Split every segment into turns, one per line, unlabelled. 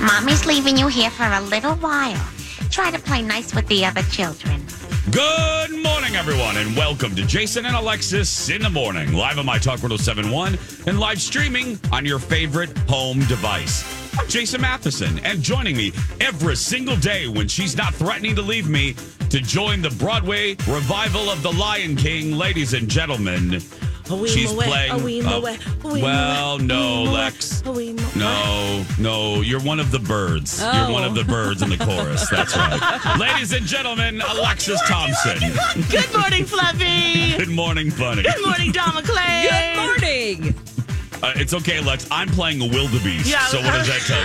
Mommy's leaving you here for a little while. Try to play nice with the other children.
Good morning, everyone, and welcome to Jason and Alexis in the morning, live on My Talk 1071 and live streaming on your favorite home device. I'm Jason Matheson, and joining me every single day when she's not threatening to leave me to join the Broadway revival of The Lion King, ladies and gentlemen. She's playing. uh, well, no, Lex. No, no, you're one of the birds. You're one of the birds in the chorus. That's right. Ladies and gentlemen, Alexis Thompson.
Good morning, Fluffy.
Good morning, Bunny.
Good morning, Don McClain. Good morning.
Uh, it's okay, Lex. I'm playing a wildebeest.
Yeah.
So what does that tell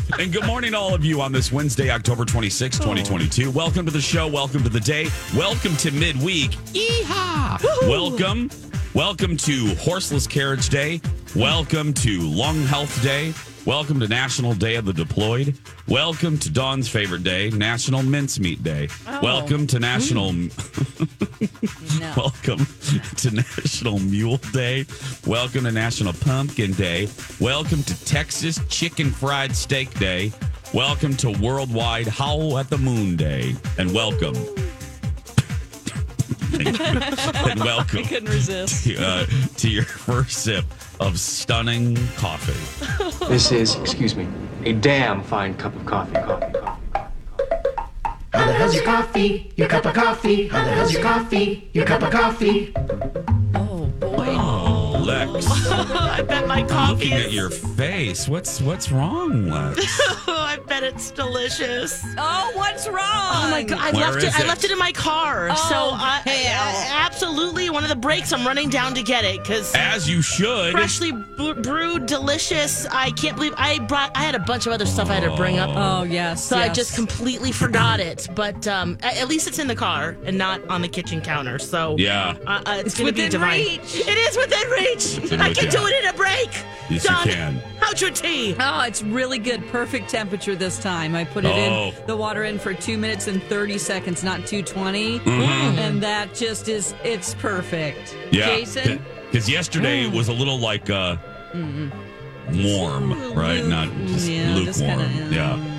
you? Yeah. And good morning, all of you, on this Wednesday, October 26, 2022. Welcome to the show. Welcome to the day. Welcome to midweek. Yeehaw! Welcome. Welcome to Horseless Carriage Day. Welcome to Lung Health Day. Welcome to National Day of the Deployed. Welcome to Dawn's favorite day, National Mincemeat Day. Welcome to National. Welcome to National Mule Day. Welcome to National Pumpkin Day. Welcome to Texas Chicken Fried Steak Day. Welcome to Worldwide Howl at the Moon Day. And welcome. and welcome
couldn't resist.
to, uh, to your first sip of stunning coffee.
This is, excuse me, a damn fine cup of coffee. Coffee, coffee, coffee, coffee.
How the hell's your coffee? Your cup of coffee? How the hell's your coffee? Your cup of coffee?
Oh boy.
Oh, Lex.
I bet my coffee
Looking
is.
at your face, what's what's wrong, Lex?
I bet it's delicious.
Oh, what's wrong?
Oh my god! I
Where
left it,
is
I
it?
left it in my car. so I, I-
hell.
I- absolutely, one of the breaks, I'm running down to get it because
As you should.
freshly bre- brewed, delicious. I can't believe I brought. I had a bunch of other stuff I had to bring up.
Oh yes.
So I
yes.
just completely forgot it, but um, a- at least it's in the car and not on the kitchen counter. So
Yeah.
uh, uh, it's, gonna be
within
divine.
reach.
It is within reach.
within
I
reach,
can
yeah.
do it in a break.
Yes, you
Done.
can.
How's your tea?
Oh, it's really good. Perfect temperature this time. I put it
Oh.
in the water in for two minutes and thirty seconds, not two
Mm-hmm.
and that just is it's perfect. Jason. Hmm. Mm-hmm.
Because yesterday was a little like uh, warm, right? Not just
Yeah,
lukewarm.
just kinda, um,
yeah.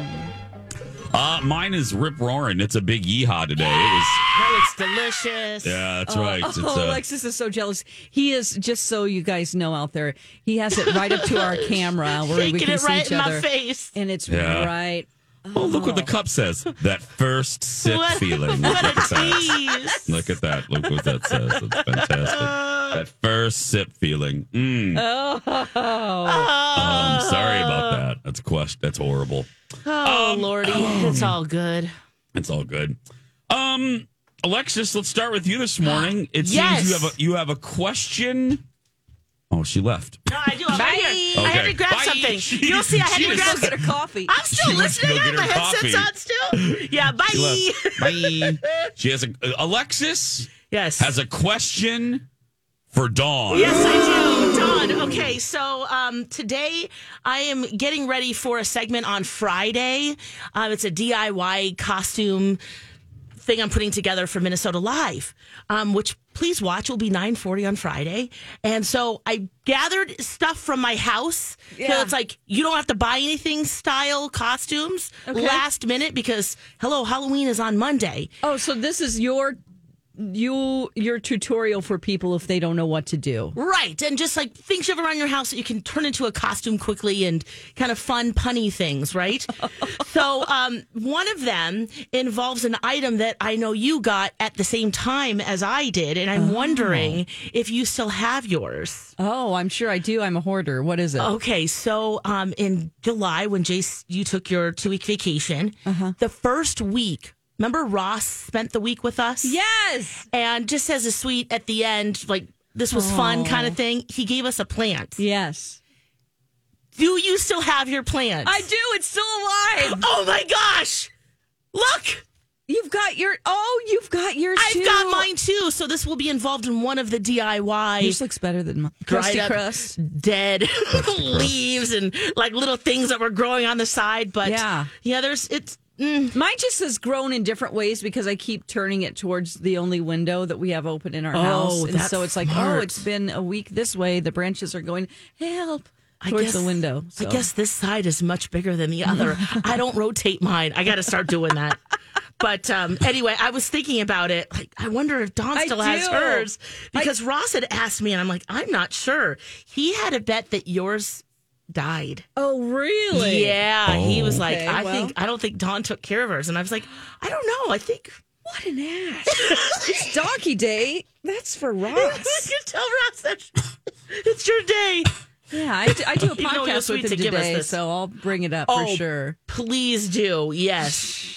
Uh, mine is rip roaring. It's a big yeehaw today. It was.
No, it's delicious.
Yeah, that's right. It's,
Oh,
uh,
Alexis is so jealous. He is just so you guys know out there. He has it right up to our camera where we
Taking
can
it
see
right
each
in
other,
my face.
and it's
Yeah.
right.
oh, look what the cup says. That first sip
What,
feeling. Look
what
at
a
that.
tease.
Look at that. Look what that says. That's fantastic. That first sip feeling. Mm. Oh, I'm sorry about that. That's quest. That's horrible.
Oh, Lordy. It's all good.
It's all good. Um, Alexis, let's start with you this morning. It
Yes.
seems you have a you have a question. Oh, she left.
No, I do. I'm right here. I had
Okay.
to grab
Bye.
something.
She-
You'll see. I had
she
to
was
grab
so
Go get a coffee.
I'm still
She wants to
listening.
go
I have
get
my
her
headset's
coffee.
on still. Yeah,
She
bye.
left. Bye. She has a Alexis
Yes.
has a question for Dawn.
Yes, I do. Dawn. Okay, so um, today I am getting ready for a segment on Friday. Um, it's a DIY costume thing I'm putting together for Minnesota Live, um, which please watch. Will be 9:40 on Friday, and so I gathered stuff from my house. So
Yeah.
it's like you don't have to buy anything. Style costumes last minute because hello, Halloween is on Monday.
Oh, so this is your you your tutorial for people if they don't know what to do.
Right. And just like things you have around your house that you can turn into a costume quickly and kind of fun, punny things, right? so, um, one of them involves an item that I know you got at the same time as I did. And I'm wondering if you still have yours.
Oh, I'm sure I do. I'm a hoarder. What is it?
Okay. So, um, in July, when Jace, you took your two week vacation, the first week, remember Ross spent the week with us?
Yes.
and just as a sweet at the end, like this was fun kind of thing. He gave us a plant.
Yes.
Do you still have your plant?
I do. It's still alive.
Oh my gosh! Look,
You've got your Oh, you've got yours
I've
too.
got mine too. So this will be involved in one of the
Yours
DIY
looks better than mine.
dried
Crusty
up
crust.
dead leaves and like little things that were growing on the side. But
Yeah.
yeah, there's it's. Mm,
Mine just has grown in different ways because I keep turning it towards the only window that we have open in our
Oh,
house. And
that's
so it's like, oh,
smart.
it's been a week this way. The branches are going, help,
I
towards
guess-
the window. So.
I guess this side is much bigger than the other. I don't rotate mine. I got to start doing that. But um, anyway, I was thinking about it. Like, I wonder if Dawn
I
still has
do.
hers because Ross had asked me, and I'm like, I'm not sure. He had a bet that yours died.
Oh, really?
Yeah, he was like,
Okay,
I
well.
think I don't think Dawn took care of hers, and I was like, I don't know. I think
What an ass. it's Donkey Day. That's for Ross.
you tell Ross that it's your day.
yeah, I, do- I do a
You know you're
podcast
sweet
with him
to give us
today,
this.
so I'll bring it up
Oh,
for sure.
Please do. Yes.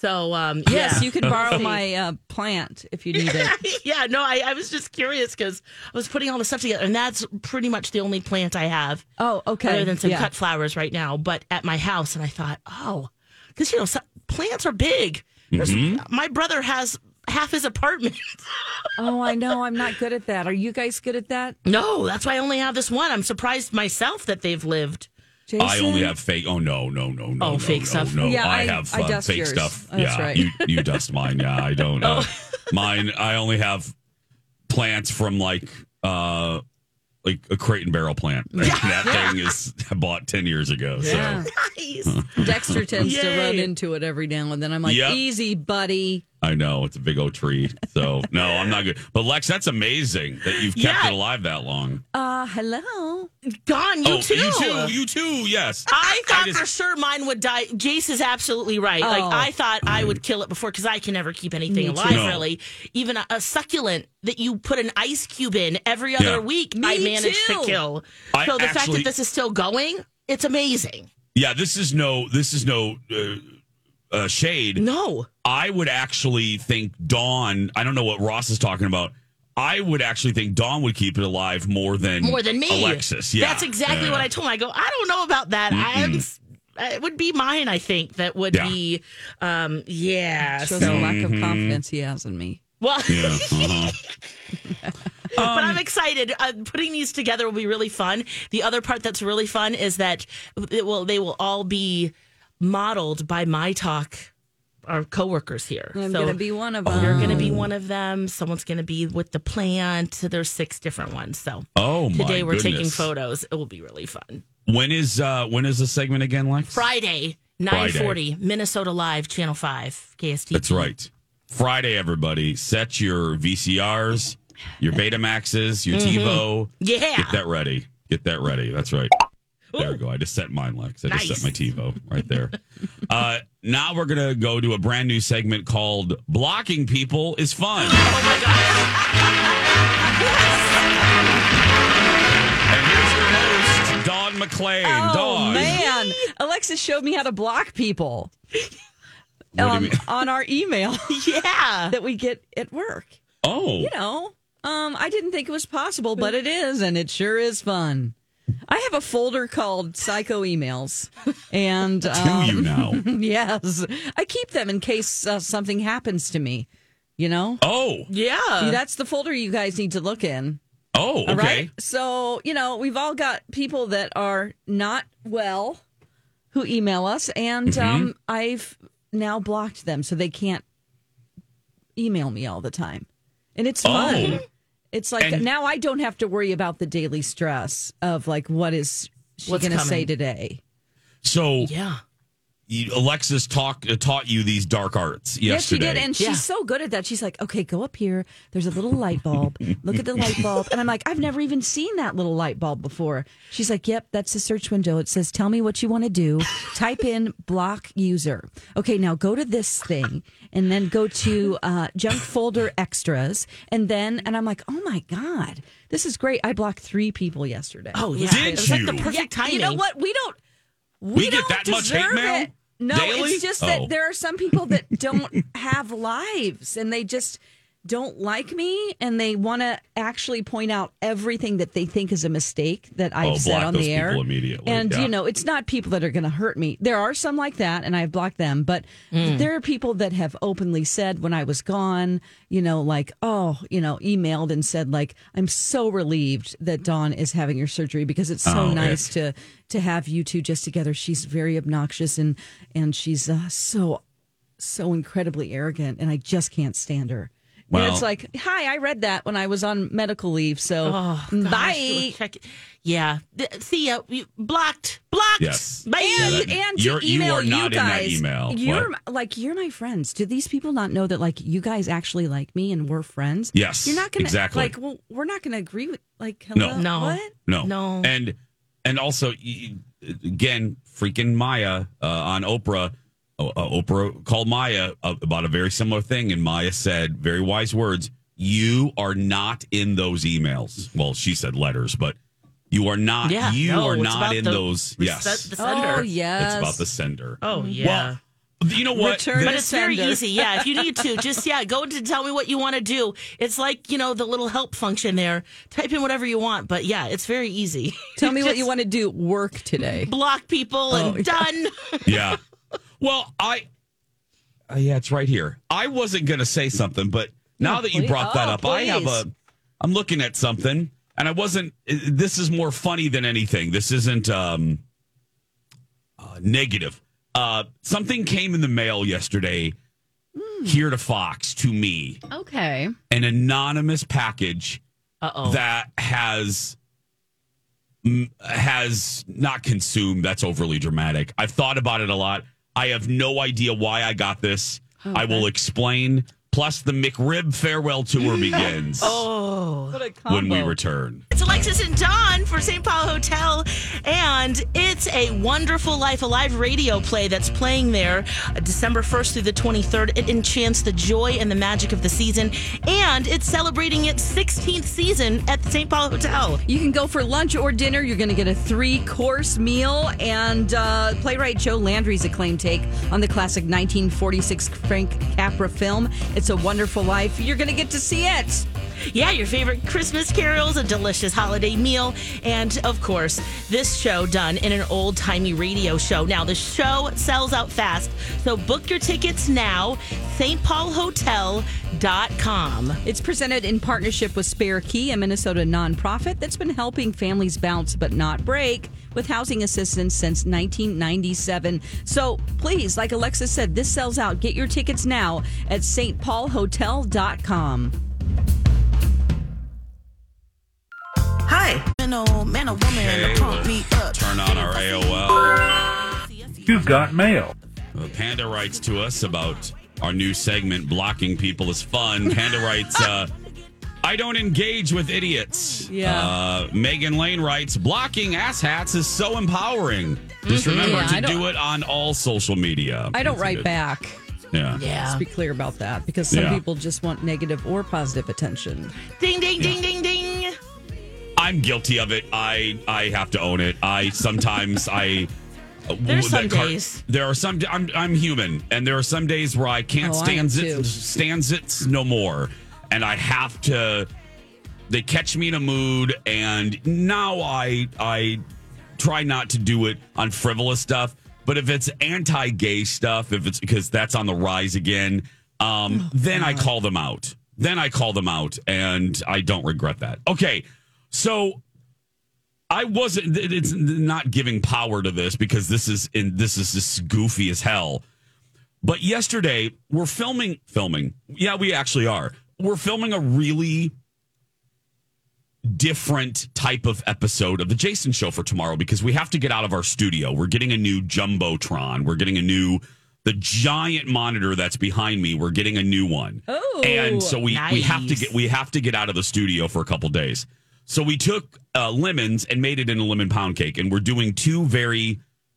So um,
Yes,
yeah.
you could borrow my uh, plant if you need it.
yeah, no, I, I was just curious because I was putting all the stuff together, and that's pretty much the only plant I have,
Oh, okay.
other than some
Yeah.
cut flowers right now. But at my house, and I thought, oh, because you know, so, plants are big. There's-
Mm-hmm.
My brother has half his apartment.
Oh, I know. I'm not good at that. Are you guys good at that,
no, that's why I only have this one. I'm surprised myself that they've lived.
Jason?
I only have fake. Oh no, no, no, no.
Oh,
no,
fake
no,
stuff.
No,
Yeah,
I,
I-
have
I
uh,
dust
fake
yours.
stuff.
That's
yeah,
right.
you you dust mine. Yeah, I don't. Uh, mine. I only have plants from like uh like a crate and barrel plant. Like, that thing is I bought ten years ago.
Yeah.
So
Nice.
Dexter tends to
Yay.
run into it every now and then. I'm like,
Yep.
easy, buddy.
I know it's a big old tree. So no, I'm not good. But Lex, that's amazing that you've kept
Yeah.
it alive that long.
Uh, hello.
Gone, you
oh,
too. Ah.
you too. You too. Yes.
I thought
just-
for sure mine would die. Jace is absolutely right. Like
Oh.
I thought I would kill it before because I can never keep anything alive.
No.
Really, even a, a succulent that you put an ice cube in every other
Yeah.
week,
Me
I managed
too.
to kill.
I
so the fact
actually-
that this is still going, it's amazing.
Yeah. This is no. This is no. Uh, uh, shade.
No,
I would actually think Dawn. I don't know what Ross is talking about. I would actually think Dawn would keep it alive more than
more than me.
Alexis, yeah,
that's exactly what I told him. I go, I don't know about that. I'm. s- uh, It would be mine, I think. That would
Yeah.
be, um, yeah.
Shows
so-
the lack
Mm-hmm.
of confidence he has in me.
well,
Yeah, uh-huh.
but
Um,
I'm excited. Uh, putting these together will be really fun. The other part that's really fun is that it will they will all be modeled by my talk, our coworkers here.
I'm
so
gonna be Mm. one of
Oh,
them.
you're going to be one of them. Someone's going to be with the plant. There's six different ones. So
Oh my
today we're taking
goodness.
photos. It will be really fun.
When is uh when is the segment again, Lex?
Friday, nine forty, Minnesota Live, Channel Five, KST.
That's right. Friday, everybody. Set your VCRs, your Betamaxes, your
Mm-hmm.
TiVo.
Yeah.
Get that ready. Get that ready. That's right. There we go. I just set mine, Lex. I just
Nice.
set my TiVo right there. uh, now we're gonna go to a brand new segment called "Blocking People is Fun."
Oh my gosh!
And here's your host, Don McClain.
Oh
Dawn.
man, Alexis showed me how to block people
What do you
um,
mean?
on our email
Yeah.
that we get at work.
Oh,
You know, um, I didn't think it was possible, but it is, and it sure is fun. I have a folder called psycho emails, and um,
do you now?
yes, I keep them in case uh, something happens to me. You know,
Oh,
Yeah.
that's the folder you guys need to look in.
oh, okay.
All right. So, you know, we've all got people that are not well who email us, and
Mm-hmm.
um, I've now blocked them so they can't email me all the time. And it's fun.
Oh.
It's like
And-
now I don't have to worry about the daily stress of like, what is she
What's
going to
coming?
say today?
So
Yeah.
you, Alexis talk, uh, taught you these dark arts yesterday.
Yes, she did, and she's
Yeah.
so good at that. She's like, okay, go up here. There's a little light bulb. Look at the light bulb, and I'm like, I've never even seen that little light bulb before. She's like, yep, that's the search window. It says, tell me what you want to do. Type in block user. Okay, now go to this thing, and then go to uh, junk folder extras, and then, and I'm like, oh my god, this is great. I blocked three people yesterday.
Oh yeah,
Did
it was like the
you?
perfect
Yeah,
timing.
You know what? We don't. We,
We get
don't
that much hate
deserve
mail
it. No,
daily?
it's just that
Oh.
there are some people that don't have lives and they just don't like me and they want to actually point out everything that they think is a mistake that I've
Oh,
said
block
on
those
the air
people immediately,
And
yeah.
you know, it's not people that are going to hurt me. There are some like that, and I've blocked them. But there are people that have openly said when I was gone, you know, like, oh, you know, emailed and said like, I'm so relieved that Dawn is having your surgery because it's so
Oh,
nice to to have you two just together. She's very obnoxious and and she's uh, so so incredibly arrogant, and I just can't stand her.
Well-
and it's like, hi, I read that when I was on medical leave. So
Oh,
Oh, Gosh, it
bye.
was check- yeah, Th- Thea, you blocked, blocked.
Yes.
Bye.
and,
Yeah, that-
and to
you're- you
email
are not in that
guys,
email.
You're
What?
like you're my friends. Do these people not know that like you guys actually like me and we're friends?
Yes,
you're not gonna
exactly.
like. Well, we're not gonna agree with like. Hello,
No.
what?
No.
No.
And and also y- y- again, freaking Maya uh, on Oprah. Uh, Oprah called Maya uh, about a very similar thing, and Maya said very wise words. You are not in those emails. Well, she said letters, but you are not.
Yeah,
you
no,
are
it's
not
about
in
the-
those.
the
yes,
se- the
Oh
sender.
yes,
it's about the sender.
Oh yeah.
Well, you know what?
Return
but
to
it's very
sender.
easy. Yeah, if you need to, just yeah, go to tell me what you want to do. It's like you know the little help function there. Type in whatever you want. But yeah, it's very easy.
Tell me what you
Just
want to Oh, do. Work today.
Block people and done.
yeah. Well, I. Uh, yeah, it's right here. I wasn't going to say something, but now that you
please-
brought that
oh,
up, I have
please.
a. I'm looking at something, and I wasn't. uh, This is more funny than anything. This isn't um, uh, negative. Uh, something came in the mail yesterday
Hmm.
here to Fox to me
Okay.
an anonymous package
Uh oh.
that has m- has not consumed. That's overly dramatic. I've thought about it a lot. I have no idea why I got this. I will explain. Plus, the McRib farewell tour begins
What a combo.
when we return.
It's Alexis and Dawn for St. Paul Hotel, and it's a Wonderful Life Alive radio play that's playing there uh, December 1st through the 23rd. It enchants the joy and the magic of the season, and it's celebrating its 16th season at the St. Paul Hotel.
You can go for lunch or dinner. You're going to get a three course meal. And uh, playwright Joe Landry's acclaimed take on the classic 1946 Frank Capra film, It's a Wonderful Life. You're going to get to see it.
Yeah, your favorite Christmas carols, a delicious holiday meal, and of course, this show done in an old timey radio show. Now, the show sells out fast, so book your tickets now, stpaulhotel.com.
It's presented in partnership with Spare Key, a Minnesota nonprofit that's been helping families bounce but not break with housing assistance since 1997. So please, like Alexis said, this sells out. Get your tickets now at stpaulhotel.com.
Hi. Man, oh, man, a woman
Okay,
pump
we'll
me up.
turn on our AOL.
You've got mail.
Uh, Panda writes to us about our new segment, Blocking People is Fun. Panda writes, uh, I don't engage with idiots.
Yeah.
Uh, Megan Lane writes, blocking asshats is so empowering. Just remember
Yeah, I
to
don't-
do it on all social media.
I don't
That's a
write
good-
back.
Yeah.
Yeah.
Let's be clear about that because some
Yeah.
people just want negative or positive attention.
Ding, ding, ding, ding, ding.
I'm guilty of it. I I have to own it. I sometimes I.
There's some
that car-
days.
There are some. I'm I'm human, and there are some days where I can't
Oh, I am
stand
too.
it. Stands it no more, and I have to. They catch me in a mood, and now I I try not to do it on frivolous stuff. But if it's anti-gay stuff, if it's because that's on the rise again,
Oh,
um, then I call them out. Then I call them out, and I don't regret that. Okay, so I wasn't. th- It's not giving power to this because this is in this is just goofy as hell. But yesterday we're filming filming. Yeah, we actually are. We're filming a really different type of episode of the Jason Show for tomorrow because we have to get out of our studio. We're getting a new jumbotron. We're getting a new the giant monitor that's behind me. We're getting a new one.
Oh,
and so we we have to
nice.
get we have to get out of the studio for a couple days. So we took uh, lemons and made it into lemon pound cake, and we're doing two very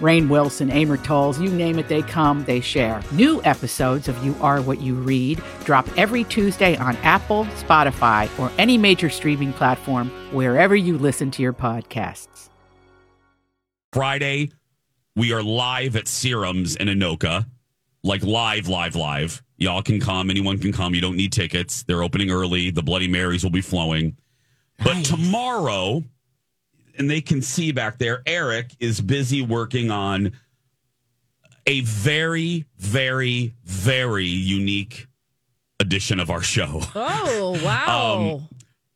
Rain Wilson, Amor Tolls, you name it, they come, they share. New episodes of You Are What You Read drop every Tuesday on Apple, Spotify, or any major streaming platform wherever you listen to your podcasts.
Friday, we are live at Serums in Anoka, like live, live, live. Y'all can come. Anyone can come. You don't need tickets. They're opening early. The Bloody Marys will be flowing. But tomorrow, and they can see back there, Eric is busy working on a very, very, very unique edition of our show.
Oh, wow.
Um,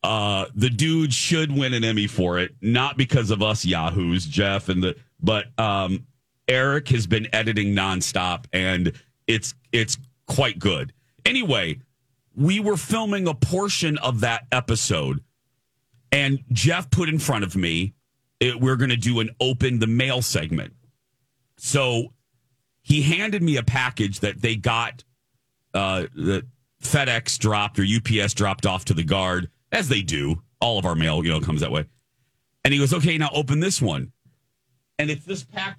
uh, the dude should win an Emmy for it, not because of us yahoos, Jeff and the, but um, Eric has been editing nonstop, and it's it's quite good. Anyway, we were filming a portion of that episode, and Jeff put in front of me, it, we're going to do an open the mail segment. So he handed me a package that they got uh, that FedEx dropped or UPS dropped off to the guard, as they do. All of our mail, you know, comes that way. And he goes, "Okay, now open this one." And it's this pack.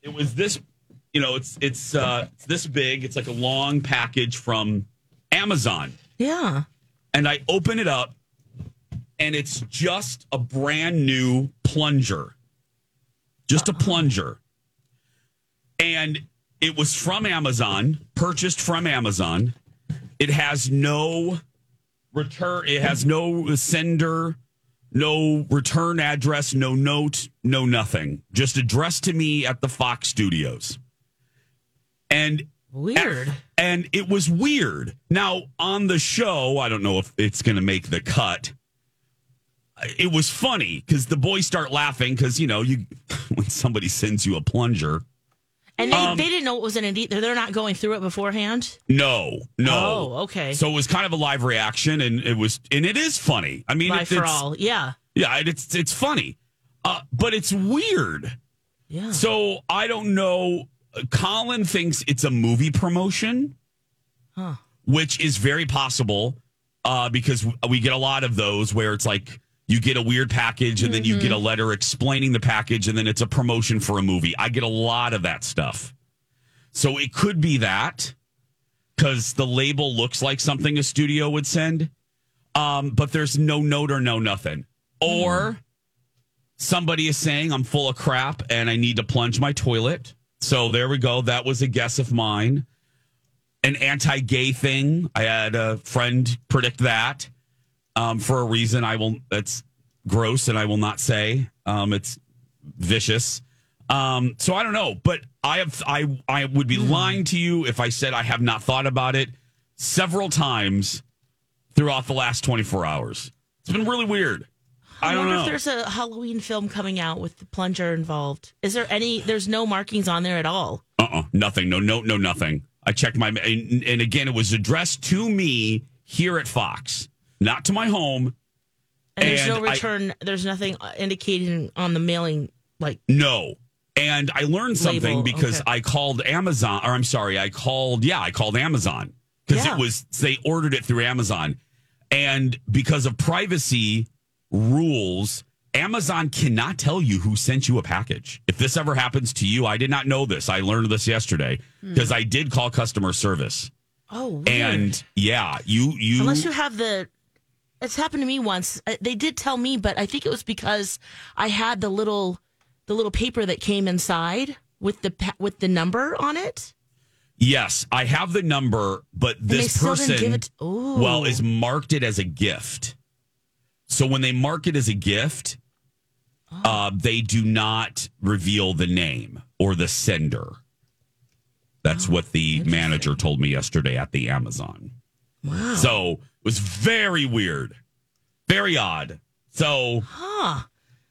It was this, you know, it's it's uh, it's this big. It's like a long package from Amazon.
Yeah.
And I open it up, and it's just a brand new plunger, just a plunger. And it was from Amazon, purchased from Amazon. It has no return. It has no sender, no return address, no note, no nothing. Just addressed to me at the Fox Studios. And
weird.
And it was weird. Now on the show, I don't know if it's going to make the cut. It was funny because the boys start laughing because you know you when somebody sends you a plunger.
And they,
Um,
they didn't know it was an indie. They're they're not going through it beforehand.
No, no.
Oh, okay.
So it was kind of a live reaction, and it was, and it is funny. I mean,
Live
it-
for
it's-
all. Yeah.
Yeah, and it's it's funny, uh, but it's weird.
Yeah.
So I don't know. Colin thinks it's a movie promotion,
Huh.
which is very possible uh, because we get a lot of those where it's like you get a weird package and then you get a
Mm-hmm.
letter explaining the package and then it's a promotion for a movie. I get a lot of that stuff. So it could be that because the label looks like something a studio would send, um, but there's no note or no nothing.
Hmm.
Or somebody is saying I'm full of crap and I need to plunge my toilet. So there we go. That was a guess of mine. An anti gay thing. I had a friend predict that um, for a reason I will, that's gross and I will not say. Um, it's vicious. Um, so I don't know, but I have, I, I would
Hmm.
be lying to you if I said I have not thought about it several times throughout the last 24 hours. It's been really weird. I, don't
wonder
know.
if there's a Halloween film coming out with the plunger involved. Is there any? There's no markings on there at all.
Uh uh Nothing. No note. No nothing. I checked my, and, and again, it was addressed to me here at Fox, not to my home.
And, there's no
And I-
return. there's nothing indicating on the mailing. Like
No. And I learned
Label,
something because
okay.
I called Amazon, or I'm sorry, I called, yeah, I called Amazon because
Yeah.
it was, they ordered it through Amazon. And because of privacy rules, Amazon cannot tell you who sent you a package. If this
Hmm.
ever happens to you, I did not know this. I learned this yesterday because I did call customer service
Oh, weird.
And yeah, you you
unless you have the. It's happened to me once. Uh, They did tell me, but I think it was because I had the little, the little paper that came inside with the pa- with the number on it.
Yes, I have the number, but
they
this
still didn't
person
give it- Ooh.
well is marked it as a gift. So when they mark it as a gift,
Oh.
uh, they do not reveal the name or the sender. That's
Oh,
what the manager told me yesterday at the Amazon.
Wow.
So it was very weird, very odd. So
Huh.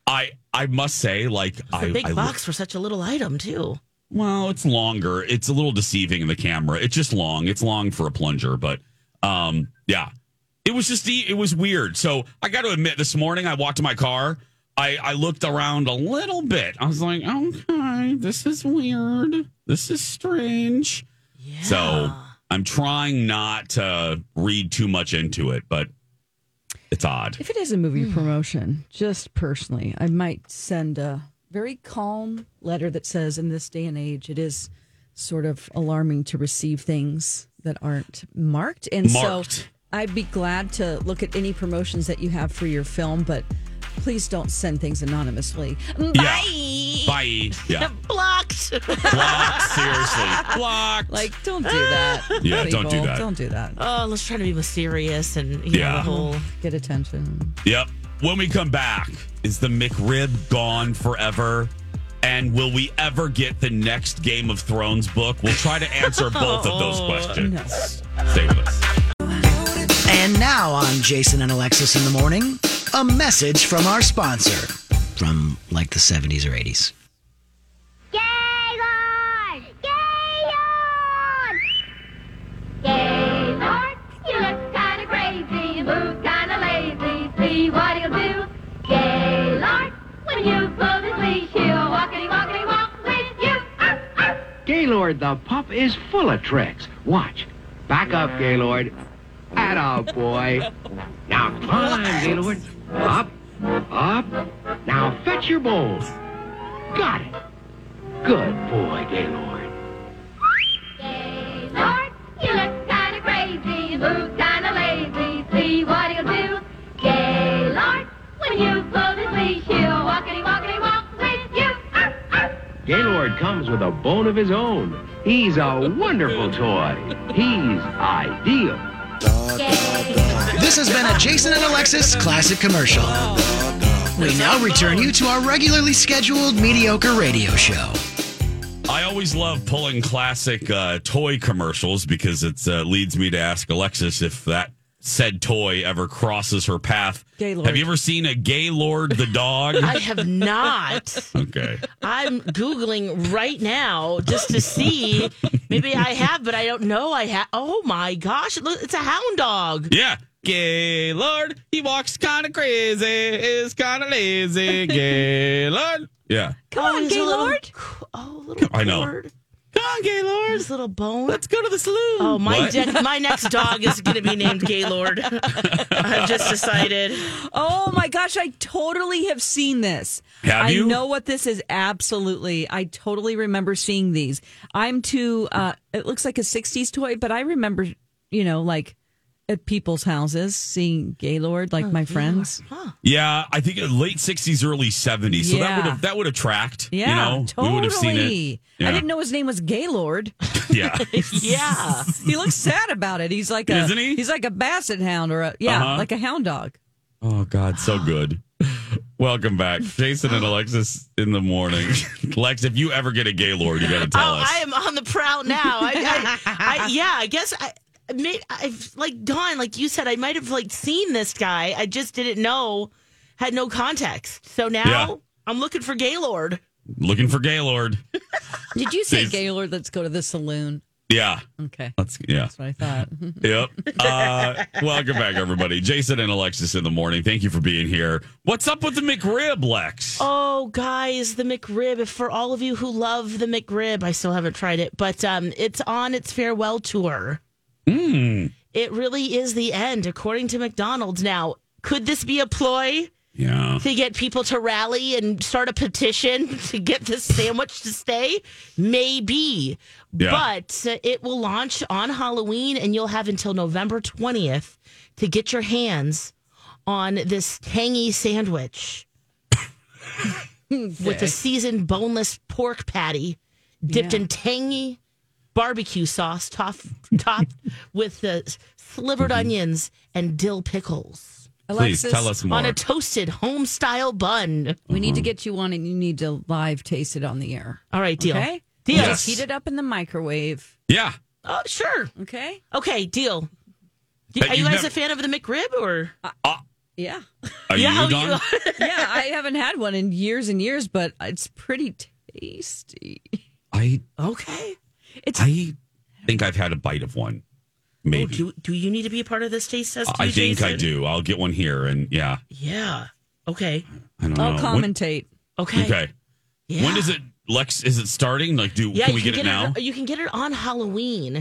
I I must say, like
It's
I,
a big
I lo-
box for such a little item too.
well, it's longer. It's a little deceiving in the camera. It's just long. It's long for a plunger, but um, yeah, it was just the, it was weird. So I got to admit, this morning I walked to my car. I I looked around a little bit. I was like, okay, this is weird. This is strange. So I'm trying not to read too much into it, but it's odd.
If it is a movie promotion, just personally, I might send a very calm letter that says, in this day and age, it is sort of alarming to receive things that aren't marked. And so
Marked.
I'd be glad to look at any promotions that you have for your film, but please don't send things anonymously. Mm,
Yeah. Bye. Yeah.
Blocked.
Blocked. Seriously. Blocked.
Like, don't do that.
Yeah, don't do
people.
that.
Don't do that.
Oh, let's try to be mysterious and you know,
Yeah.
the whole.
Get attention.
Yep. When we come back, is the McRib gone forever? And will we ever get the next Game of Thrones book? We'll try to answer both of those
Oh,
questions. Stay with us.
And now on Jason and Alexis in the morning, a message from our sponsor from like the 70s or 80s.
Gaylord, you look kind of crazy, you move kind of lazy. See what he'll do, Gaylord. When you pull his leash, he'll walkity walkity walk with you. Ah,
Gaylord the pup is full of tricks. Watch. Back up, Gaylord. At all, boy. Now climb, Gaylord. Up, up. Now fetch your bowl. Got it. Good boy, Gaylord.
Gaylord, you look kind of crazy, you move kind of lazy. See what he'll do, Gaylord. When you pull his leash, he'll walkity walkity walk with you. Ah,
Gaylord comes with a bone of his own. He's a wonderful toy. He's ideal.
This has been a Jason and Alexis classic commercial. We now return you to our regularly scheduled mediocre radio show.
I always love pulling classic uh, toy commercials because it uh, leads me to ask Alexis if that said toy ever crosses her path.
Gaylord.
Have you ever seen a Gaylord the dog?
I have not.
Okay.
I'm googling right now just to see. Maybe I have, but I don't know. I have. Oh my gosh! Look, it's a hound dog.
Yeah. Gaylord, he walks kind of crazy, is kind of lazy. Gaylord. Yeah.
Come on, Gaylord. oh,
I know.
Come on, Gaylord. His little bone. Let's
go to the saloon.
Oh, my
What?
de- my next dog is going to be named Gaylord. I've just decided.
Oh my gosh, I totally have seen this.
Have
I
you?
know what this is. Absolutely. I totally remember seeing these. I'm too, uh, it looks like a 60s toy, but I remember, you know, like at people's houses seeing Gaylord, like my friends.
Yeah, I think late sixties, early seventies. So
Yeah.
that would have that would have tracked.
Yeah,
you know,
totally.
we would have seen it. Yeah,
I didn't know his name was Gaylord.
yeah.
yeah.
Oh,
he looks sad about it. He's like a,
Isn't he?
He's like a basset hound or a, yeah,
Uh-huh.
like a hound dog.
Oh God, so good. Welcome back, Jason and Alexis in the morning. Lex, if you ever get a Gaylord, you got to tell
oh,
us.
I am on the prowl now. I, I, I, yeah, I guess I, I may, I've like Dawn, like you said, I might have like seen this guy. I just didn't know, had no context. So now
Yeah.
I'm looking for Gaylord.
Looking for Gaylord.
Did you say
These-
Gaylord? Let's go to the saloon.
Yeah.
Okay.
That's yeah.
That's what I thought.
Yep. Uh, welcome back, everybody. Jason and Alexis in the morning. Thank you for being here. What's up with the McRib, Lex?
Oh, guys, the McRib. If For all of you who love the McRib, I still haven't tried it, but um, it's on its farewell tour.
Mm.
It really is the end, according to McDonald's. Now, could this be a ploy
Yeah.
to get people to rally and start a petition to get this sandwich to stay? Maybe.
Yeah.
But uh, it will launch on Halloween, and you'll have until November 20th to get your hands on this tangy sandwich with a seasoned boneless pork patty dipped
Yeah.
in tangy barbecue sauce topped, topped with the slivered
Mm-hmm.
onions and dill pickles.
Please tell us
On
more.
a toasted home style bun.
We need to get you one and you need to live taste it on the air.
All right, deal.
Okay?
Deal.
Just heat it up in the microwave.
Yeah.
Oh, sure.
Okay.
Okay, deal.
But
Are you
you've
guys
never-
a fan of the McRib or?
Yeah.
Are
Yeah,
you
you-
done?
yeah, I haven't had one in years and years, but it's pretty tasty.
I
okay.
It's
I think I've had a bite of one.
Oh,
Maybe.
do do you need to be a part of this taste test?
I
too,
think I
Oh, Jason?
do. I'll get one here and yeah.
Yeah. Okay.
I don't
I'll
know. When-
commentate.
Okay.
okay.
Yeah.
When does it Lex is it starting? Like do
Yeah, you
can we get, it now?
you can get it on Halloween,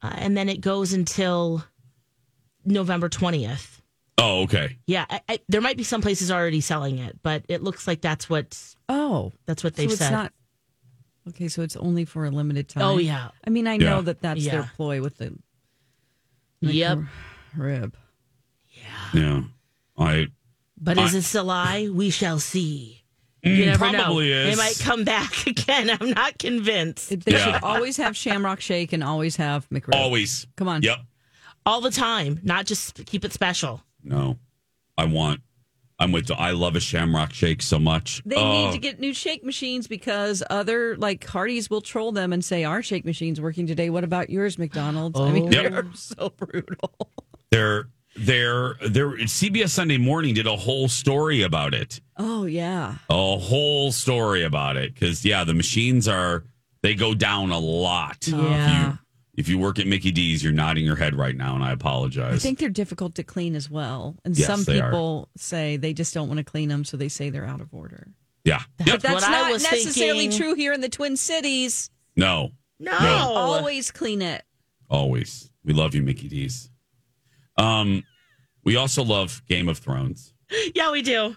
uh, and then it goes until November twentieth.
oh, okay.
Yeah, I, I, there might be some places already selling it, but it looks like that's what
Oh,
that's what they've
so it's
said.
not. Okay, so it's only for a limited time.
Oh, yeah.
I mean, I
Yeah.
know that that's
Yeah.
their ploy with the
yep.
rib.
Yeah. I
But is this a lie? We shall see. You
Mm,
never
probably
know.
is.
They might come back again. I'm not convinced.
They should always have Shamrock Shake and always have McRib.
always
Come on.
Yep.
all the time, not just keep it special.
No. I want I'm with the I love a shamrock shake so much.
They
Oh,
need to get new shake machines because other like Hardee's will troll them and say our shake machine's working today. What about yours, McDonald's? I mean,
Oh. Yep.
they're so brutal.
they're they're they're CBS Sunday morning did a whole story about it.
Oh yeah.
a whole story about it because yeah the machines are they go down a lot
Yeah.
if you, if you work at mickey d's you're nodding your head right now and i
I
apologize
think they're difficult to clean as well, and
Yes,
some
they are.
people say they just don't want to clean them, so they say they're out of order.
yeah
But
Yep.
that's
what I
not
was
necessarily
thinking.
true here in the Twin Cities.
no
No.
Oh.
Always clean it.
always we love you mickey d's um we also love game of thrones
Yeah, we do.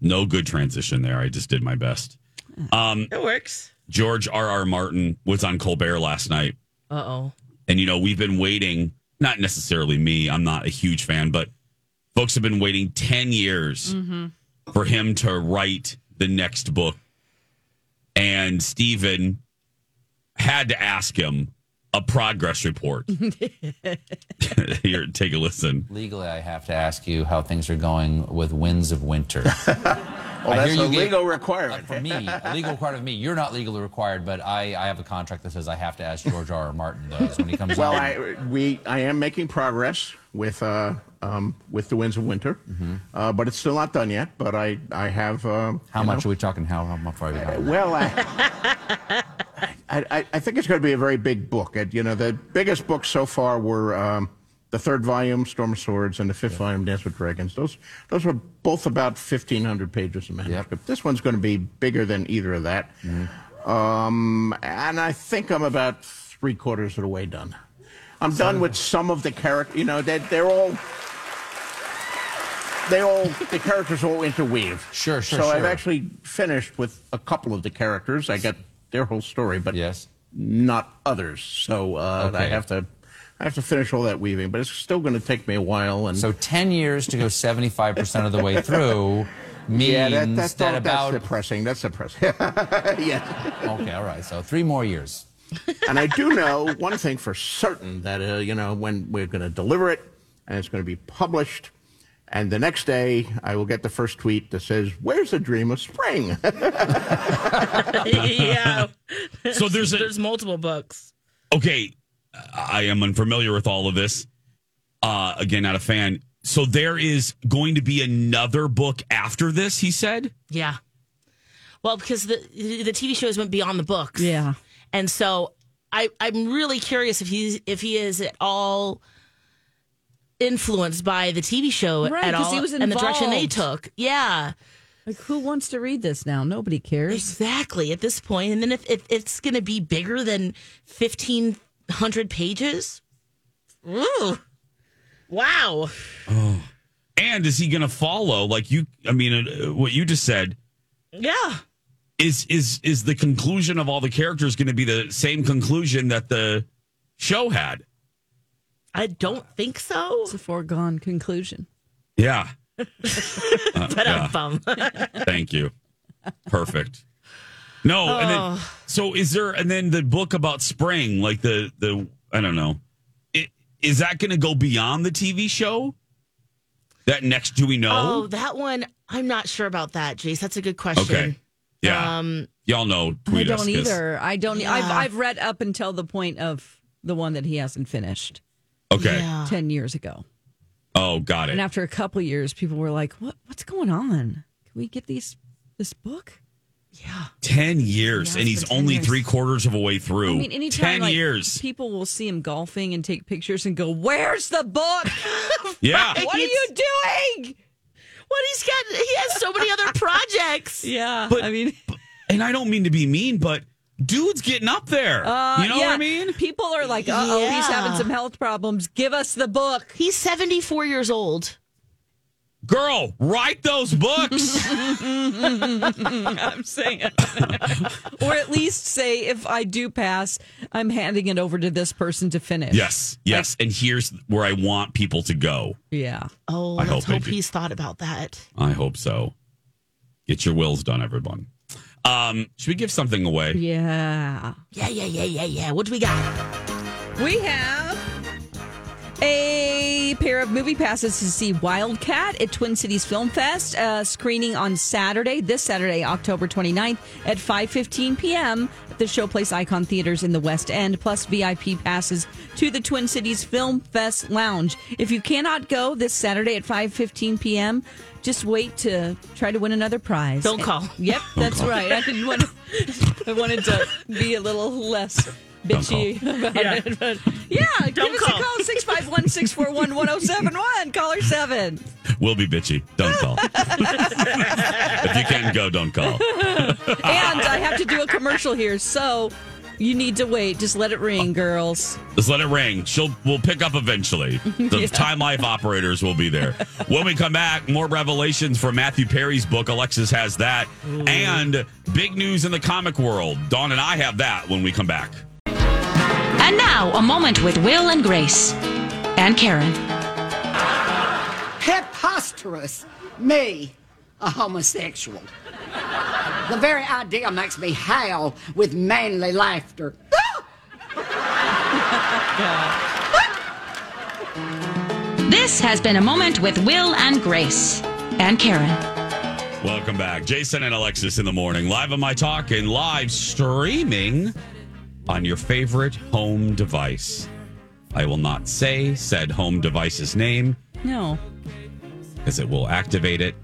no good transition there i just did my best um
It works.
george r r martin was on colbert last night
Uh oh.
And you know, we've been waiting, not necessarily me, I'm not a huge fan, but folks have been waiting 10 years for him to write the next book. And Stephen had to ask him a progress report. Here, take a listen.
Legally, I have to ask you how things are going with Winds of Winter.
Oh,
I
that's
hear
a
gave-
legal requirement.
for me, a legal part of me. You're not legally required, but I, I have a contract that says I have to ask George R. R. Martin those when he comes
well,
on.
I we I am making progress with uh, um, with the winds of winter, uh, but it's still not done yet. But I I have um,
How
you
much
know-
are we talking? How, how far are we talking?
well, I, I I- I think it's going to be a very big book. And, you know, the biggest books so far were um, the third volume, Storm of Swords, and the fifth volume, Dance with Dragons. Those those were both about fifteen hundred pages of manuscript. This one's going to be bigger than either of that. Um, and I think I'm about three quarters of the way done. I'm done with some of the character. You know, they, they're all. They all the characters all interweave.
Sure, sure,
So I've
sure.
actually finished with a couple of the characters. I got their whole story, but yes, not others. So uh, I
Okay.
have to, I have to finish all that weaving, but it's still going to take me a while. And
so 10 years to go 75% of the way through means
yeah, that, that's
that about.
that's depressing. That's depressing. yes.
Okay, all right. So three more years.
and I do know one thing for certain that uh, you know when we're going to deliver it and it's going to be published. And the next day, I will get the first tweet that says, "Where's the dream of spring?"
yeah.
So there's a-
there's multiple books.
Okay, I am unfamiliar with all of this. Uh, again, not a fan. So there is going to be another book after this, he said.
Yeah. Well, because the the TV shows went beyond the books.
Yeah.
And so I I'm really curious if he's if he is at all influenced by the TV show
Right,
at
'cause
all
he was
and the direction they
involved.
took. Yeah.
Like, who wants to read this now? Nobody cares.
Exactly at this point. And then if, if it's going to be bigger than 1,500 pages, ooh, wow.
And is he going to follow? Like you, I mean, uh, what you just said.
Yeah.
Is is is the conclusion of all the characters going to be the same conclusion that the show had?
I don't think so.
It's a foregone conclusion.
Yeah.
But I'm bum.
Oh. Thank you. Perfect. No, and then
Oh.
so is there and then the book about spring, like the the I don't know. It, is that going to go beyond the TV show? That next do we
Oh,
know?
that one. I'm not sure about that, Jace. That's a good question.
okay. Yeah.
Um,
Y'all know tweet
Oh, I
us,
don't
'cause-
either. I don't. e-, I've
Yeah.
I've read up until the point of the one that he hasn't finished
Okay.
ten years ago,
Oh, got it.
and after a couple years, people were like, "What what's going on? Can we get these this book?"
10 years and he's only 3 quarters of a way through.
I mean, anytime
10
like,
years.
people will see him golfing and take pictures and go, "Where's the book?
Yeah.
what are you doing?"
What he's got? He has so many other projects.
Yeah,
But-
I mean,
And I don't mean to be mean, but dude's getting up there.
uh,
you know
yeah,
what I mean?
People are like, "Uh oh, he's
Yeah.
having some health problems. Give us the book."
He's 74 years old.
Girl, write those books.
I'm saying. or at least say, if I do pass, I'm handing it over to this person to finish.
yes. Yes. and here's where I want people to go.
Yeah.
Oh,
I
let's
hope they
hope,
do.
he's thought about that.
I hope so. Get your wills done, everyone. Um, should we give something away?
Yeah.
Yeah, yeah, yeah, yeah, yeah. What do we got?
We have a pair of movie passes to see Wildcat at Twin Cities Film Fest, uh, screening on Saturday, this Saturday, October 29th at 5.15 p.m. at the Showplace Icon Theaters in the West End, plus VIP passes to the Twin Cities Film Fest Lounge. If you cannot go this Saturday at 5.15 p.m., just wait to try to win another prize.
Don't call.
Yep, that's
call.
right. I didn't want to, I wanted to be a little less bitchy about
Yeah.
it, but yeah,
Don't
give
call.
us a call 651 641 1071. Caller 7.
We'll be bitchy. Don't call. if you can't go, don't call.
And I have to do a commercial here, so you need to wait. Just let it ring, girls.
Just let it ring. She'll we'll pick up eventually. The
Yeah.
time life operators will be there. when we come back, more revelations from Matthew Perry's book. Alexis has that. And big news in the comic world. Dawn and I have that when we come back.
And now, a moment with Will and Grace and Karen.
Preposterous. Me, a homosexual. The very idea makes me howl with manly laughter.
This has been a moment with Will and Grace and Karen.
Welcome back. Jason and Alexis in the morning, live on my talk and live streaming on your favorite home device. I will not say said home device's name
No,
as it will activate it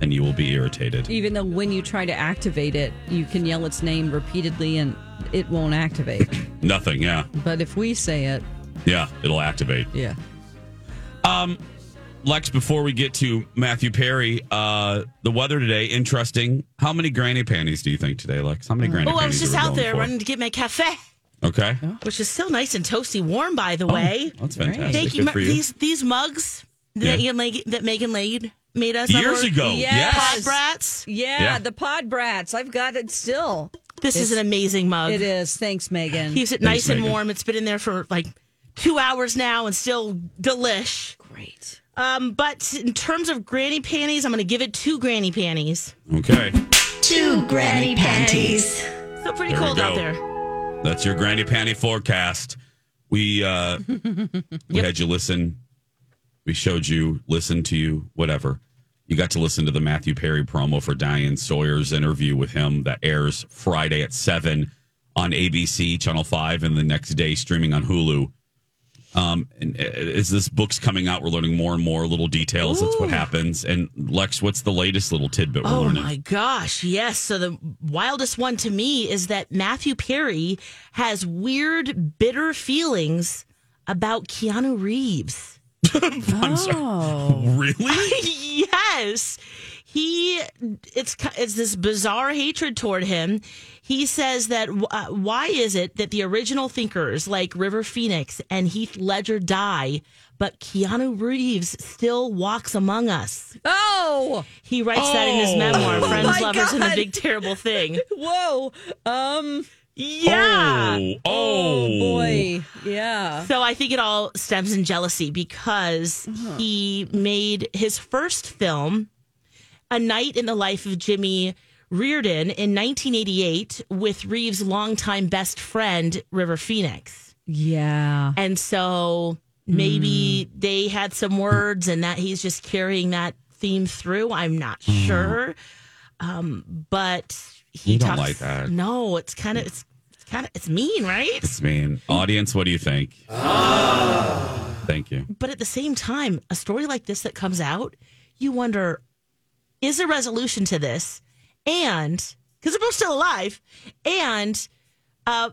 and you will be irritated.
even though when you try to activate it, you can yell its name repeatedly and it won't activate.
Nothing, yeah.
But if we say it,
Yeah, it'll activate.
yeah.
Um, Lex, before we get to Matthew Perry, uh, the weather today, interesting. How many granny panties do you think today, Lex? How many granny
Oh, I was
panties?
just
are we
out
going
there
for?
running to get my cafe,
Okay.
which is still nice and toasty warm, by the way.
Oh, that's fantastic.
Thank you.
Good for you.
These these mugs that,
Yeah.
Ian Lag- that Megan laid made us
Years
our-
ago,
yes.
Pod brats.
Yeah,
Yeah.
the pod brats. I've got it still.
This is an amazing mug.
It is. Thanks, Megan.
Keeps it
Thanks,
nice and
Megan.
warm. It's been in there for like two hours now and still delish.
Great.
Um, but in terms of granny panties, I'm going to give it two granny panties.
Okay.
Two granny panties. So pretty
There we
cold out
go.
there.
That's your granny panty forecast. We uh we had you listen. We showed you, listened to you, whatever. You got to listen to the Matthew Perry promo for Diane Sawyer's interview with him that airs Friday at seven on ABC Channel Five, and the next day streaming on Hulu. Um, and uh, as this book's coming out, we're learning more and more little details. That's what happens. And Lex, what's the latest little tidbit we're
Oh
learning?
my gosh, yes. So the wildest one to me is that Matthew Perry has weird, bitter feelings about Keanu Reeves.
Oh, I'm sorry. Really?
yes. he it's it's this bizarre hatred toward him. He says that uh, why is it that the original thinkers like River Phoenix and Heath Ledger die, but Keanu Reeves still walks among us?
Oh,
he writes that in his
Oh.
memoir,
Oh
Friends,
my
Lovers, and the
God.
Big Terrible Thing.
Whoa. Um.
Yeah.
Oh, oh.
boy. Yeah.
So I think it all stems in jealousy because
Uh-huh.
he made his first film, A Night in the Life of Jimmy Reardon, in 1988 with Reeves' longtime best friend, River Phoenix.
Yeah.
And so maybe
Hmm.
they had some words and that he's just carrying that theme through. I'm not sure. Um, but he
Hmm. You don't
talks-
like that.
No, it's kind of, it's, it's kind of, it's mean, right?
It's mean. Audience, what do you think? Thank you.
But at the same time, a story like this that comes out, you wonder is there resolution to this? And because they're both still alive, and uh,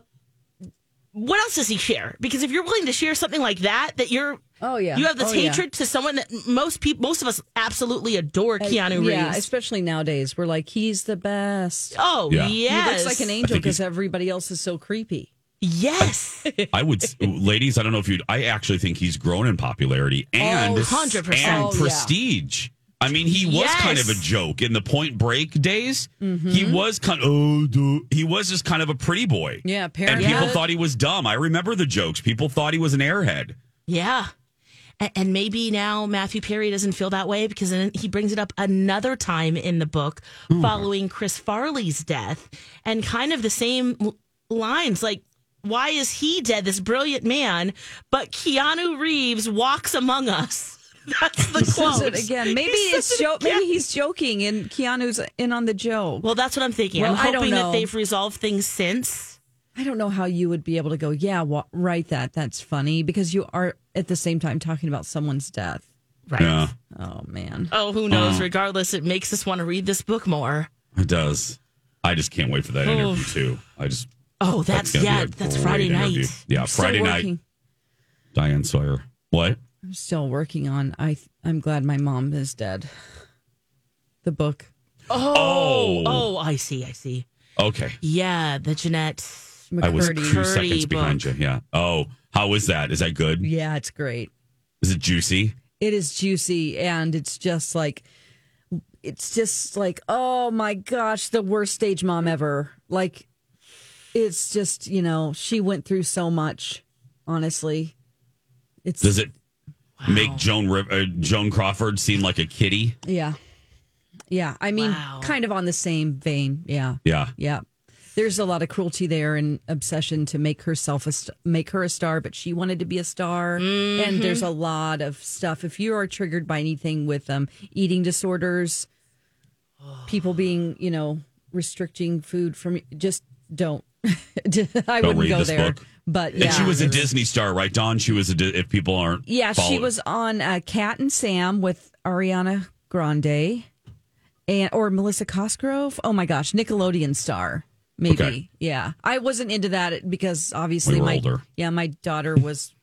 what else does he share? Because if you're willing to share something like that, that you're
Oh yeah.
you have this
Oh, yeah.
hatred to someone that most people, most of us, absolutely adore
Uh,
Keanu Reeves.
Yeah, especially nowadays. We're like, he's the best.
Oh, Yeah.
He looks
yes.
like an
I
angel
think he's-
because everybody else is so creepy.
yes.
I would, s- ladies. I don't know if you. would I actually think he's grown in popularity and
Oh, 100%.
and
Oh, yeah.
prestige. I mean, he was
Yes. Mm-hmm.
kind of a joke in the Point Break days. He was kind. Oh, dude. he was just kind of a pretty boy.
Yeah,
And
parents.
people thought he was dumb. I remember the jokes. People thought he was an airhead.
Yeah. A- And maybe now Matthew Perry doesn't feel that way because then he brings it up another time in the book following Chris Farley's death and kind of the same l- lines like, why is he dead, this brilliant man, but Keanu Reeves walks among us? That's the
Says
quote.
it again. Maybe
He says
it's
it
joke. Maybe
again.
he's joking, and Keanu's in on the joke.
Well, that's what I'm thinking.
Well,
I'm
I don't
hoping that
know.
they've resolved things since.
I don't know how you would be able to go, yeah, wa- write that. That's funny because you are at the same time talking about someone's death.
Right.
Yeah,
Oh man.
Oh, who knows?
Mm.
Regardless, it makes us want to read this book more.
it does. I just can't wait for that interview
Oof.
too. I just.
Oh, that's,
gonna be
yeah,
a
that's
great
Friday night.
interview. Yeah,
I'm still
Friday night.
working-
Diane Sawyer. What?
I'm still working on. I th- I'm glad my mom is dead. The book.
Oh, oh, I see, I see.
Okay.
Yeah, the Jeanette.
I was
McCurdy.
two seconds
McCurdy
behind you. Yeah. Oh, how is that? Is that good?
Yeah, it's great.
Is it juicy?
It is juicy and it's just like it's just like oh my gosh, the worst stage mom ever. Like it's just, you know, she went through so much, honestly. It's
Does it make Joan Riv- uh, Joan Crawford seem like a kitty?
yeah. Yeah, I mean kind of on the same vein. Yeah.
Yeah.
Yeah. There's a lot of cruelty there and obsession to make herself a st- make her a star, but she wanted to be a star. And there's a lot of stuff. If you are triggered by anything with um, eating disorders, people being you know restricting food from just don't. I
Don't
wouldn't
read
go
this
there.
book.
But yeah,
And she was a Disney star, right, Don? She was a. Di- if people aren't.
yeah, she
following-
was on uh, Cat and Sam with Ariana Grande and or Melissa Cosgrove. Oh my gosh, Nickelodeon star. Maybe.
Okay.
Yeah. I wasn't into that because obviously
We were
my
older.
yeah, my daughter was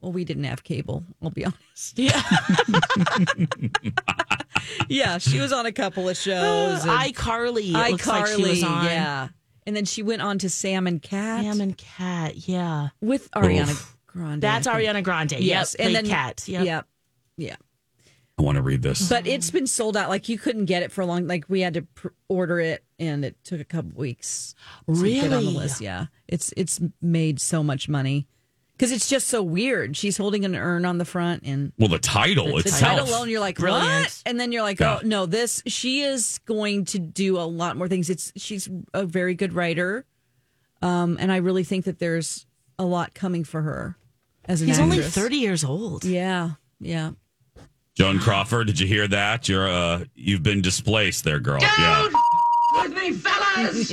well, we didn't have cable, I'll be honest.
Yeah.
yeah, she was on a couple of shows. and-
iCarly. Uh, It looks like she was on.
yeah. And then she went on to Sam and Cat
Sam and Cat. Yeah.
with Ariana
Oof.
Grande.
That's
I think.
Ariana Grande.
Yes, and then
Cat.
Yeah.
Yep.
Yeah. Yeah.
I want to read this.
But it's been sold out. Like you couldn't get it for a long. Like we had to pr- order it, and it took a couple weeks. To get on the
Really?
list, yeah. It's it's made so much money because it's just so weird. She's holding an urn on the front, and
well, the title
the
itself.
title alone, you're like,
Brilliant.
what? And then you're like,
Yeah.
oh no, this. She is going to do a lot more things. It's she's a very good writer, um, and I really think that there's a lot coming for her as an
He's only
actress.
30 years old.
Yeah, yeah.
Joan Crawford. Did you hear that? You're uh, you've been displaced, there, girl. Yeah.
with me, fellas.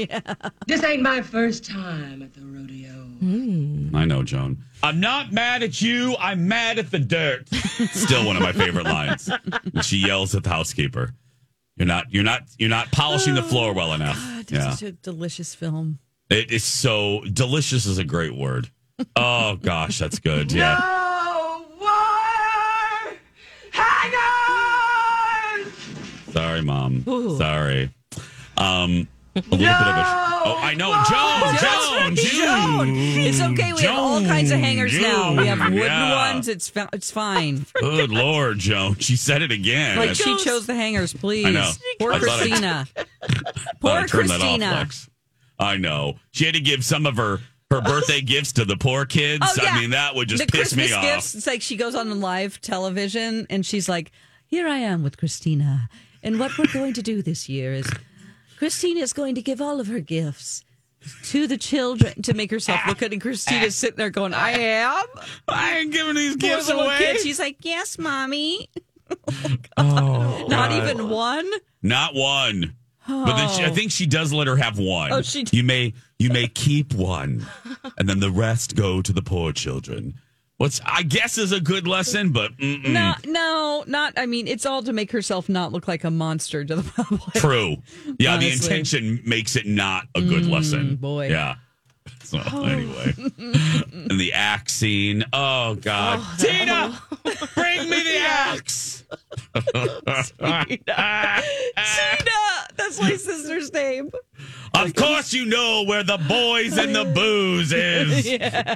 This ain't my first time at the rodeo.
I know, Joan. I'm not mad at you. I'm mad at the dirt. Still one of my favorite lines. And she yells at the housekeeper. You're not. You're not. You're not polishing the floor well enough.
It's
yeah.
such a delicious film.
It is so delicious is a great word. Oh gosh, that's good. Yeah.
No war! Hang on!
That's Sorry, mom.
Ooh.
Sorry. Um, a little bit of a. Oh, I know, Joan. Joan. Joan.
Joan. It's okay. We have all
Joan,
kinds of hangers now. We have
Joan,
wooden
yeah.
ones. It's fa- it's fine.
Good lord, Joan. She said it again.
Like she chose the hangers, please.
I know.
Poor
I thought I-
Christina.
Thought
Poor
I turned that off,
Christina.
Lex. I know. She had to give some of her her birthday gifts to the poor kids. I mean, that would just
Oh, the
piss
Christmas
me
gifts, It's like she goes on live television and she's like, "Here I am with Christina, and what we're going to do this year is Christina is going to give all of her gifts." To the children to make herself look good, and Christina's sitting there going, "I am.
I ain't giving these
Poor
gifts
little
away.
Kid. She's like, "Yes, mommy." Not
off. God.
even one.
Not one. But then she, I
Oh.
think she does let her have one.
Oh, she-
You may you may keep one, and then the rest go to the poor children. What's I guess is a good lesson, but mm-mm.
No, no, not. I mean, it's all to make herself not look like a monster to the public.
true. Yeah,
Honestly.
the intention makes it not a good
Mm,
lesson.
boy.
yeah. So anyway, and the axe scene. Oh God, Tina, bring me the axe.
Tina, that's my sister's name.
Of course, you know where the boys and the booze is.
Yeah.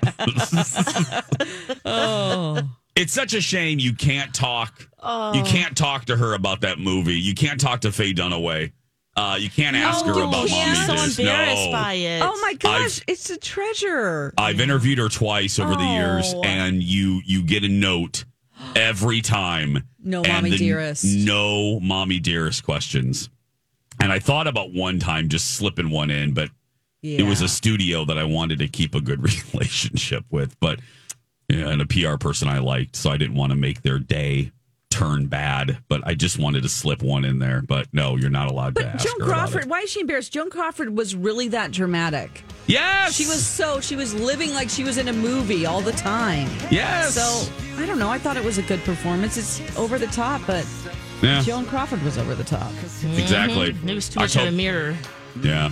Oh. It's such a shame you can't talk. You can't talk to her about that movie. You can't talk to Faye Dunaway. Uh, you can't ask her
you
about
can't.
mommy.
I'm
this.
Oh, so embarrassed
no.
by it.
Oh my gosh, it's a treasure.
I've interviewed her twice over the years,
Oh.
and you you get a note every time.
No,
And
mommy
the
dearest.
No, mommy dearest questions. And I thought about one time just slipping one in, but it was
Yeah.
a studio that I wanted to keep a good relationship with, but yeah, and a PR person I liked, so I didn't want to make their day turn bad. But I just wanted to slip one in there. But no, you're not allowed to
But
ask
Joan
her about it.
Crawford, why is she embarrassed? Joan Crawford was really that dramatic.
Yes,
She was so she was living like she was in a movie all the time.
Yes.
So I don't know. I thought it was a good performance. It's over the top, but
Yeah.
Joan Crawford was over the top.
Exactly.
Mm-hmm. It was too much
Octo-
of a mirror.
Yeah.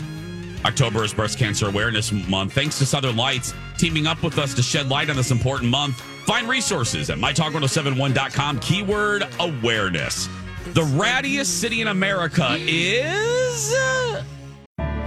October is Breast Cancer Awareness Month. Thanks to Southern Lights teaming up with us to shed light on this important month. Find resources at mytalk1071.com, keyword awareness. The rattiest city in America is. uh,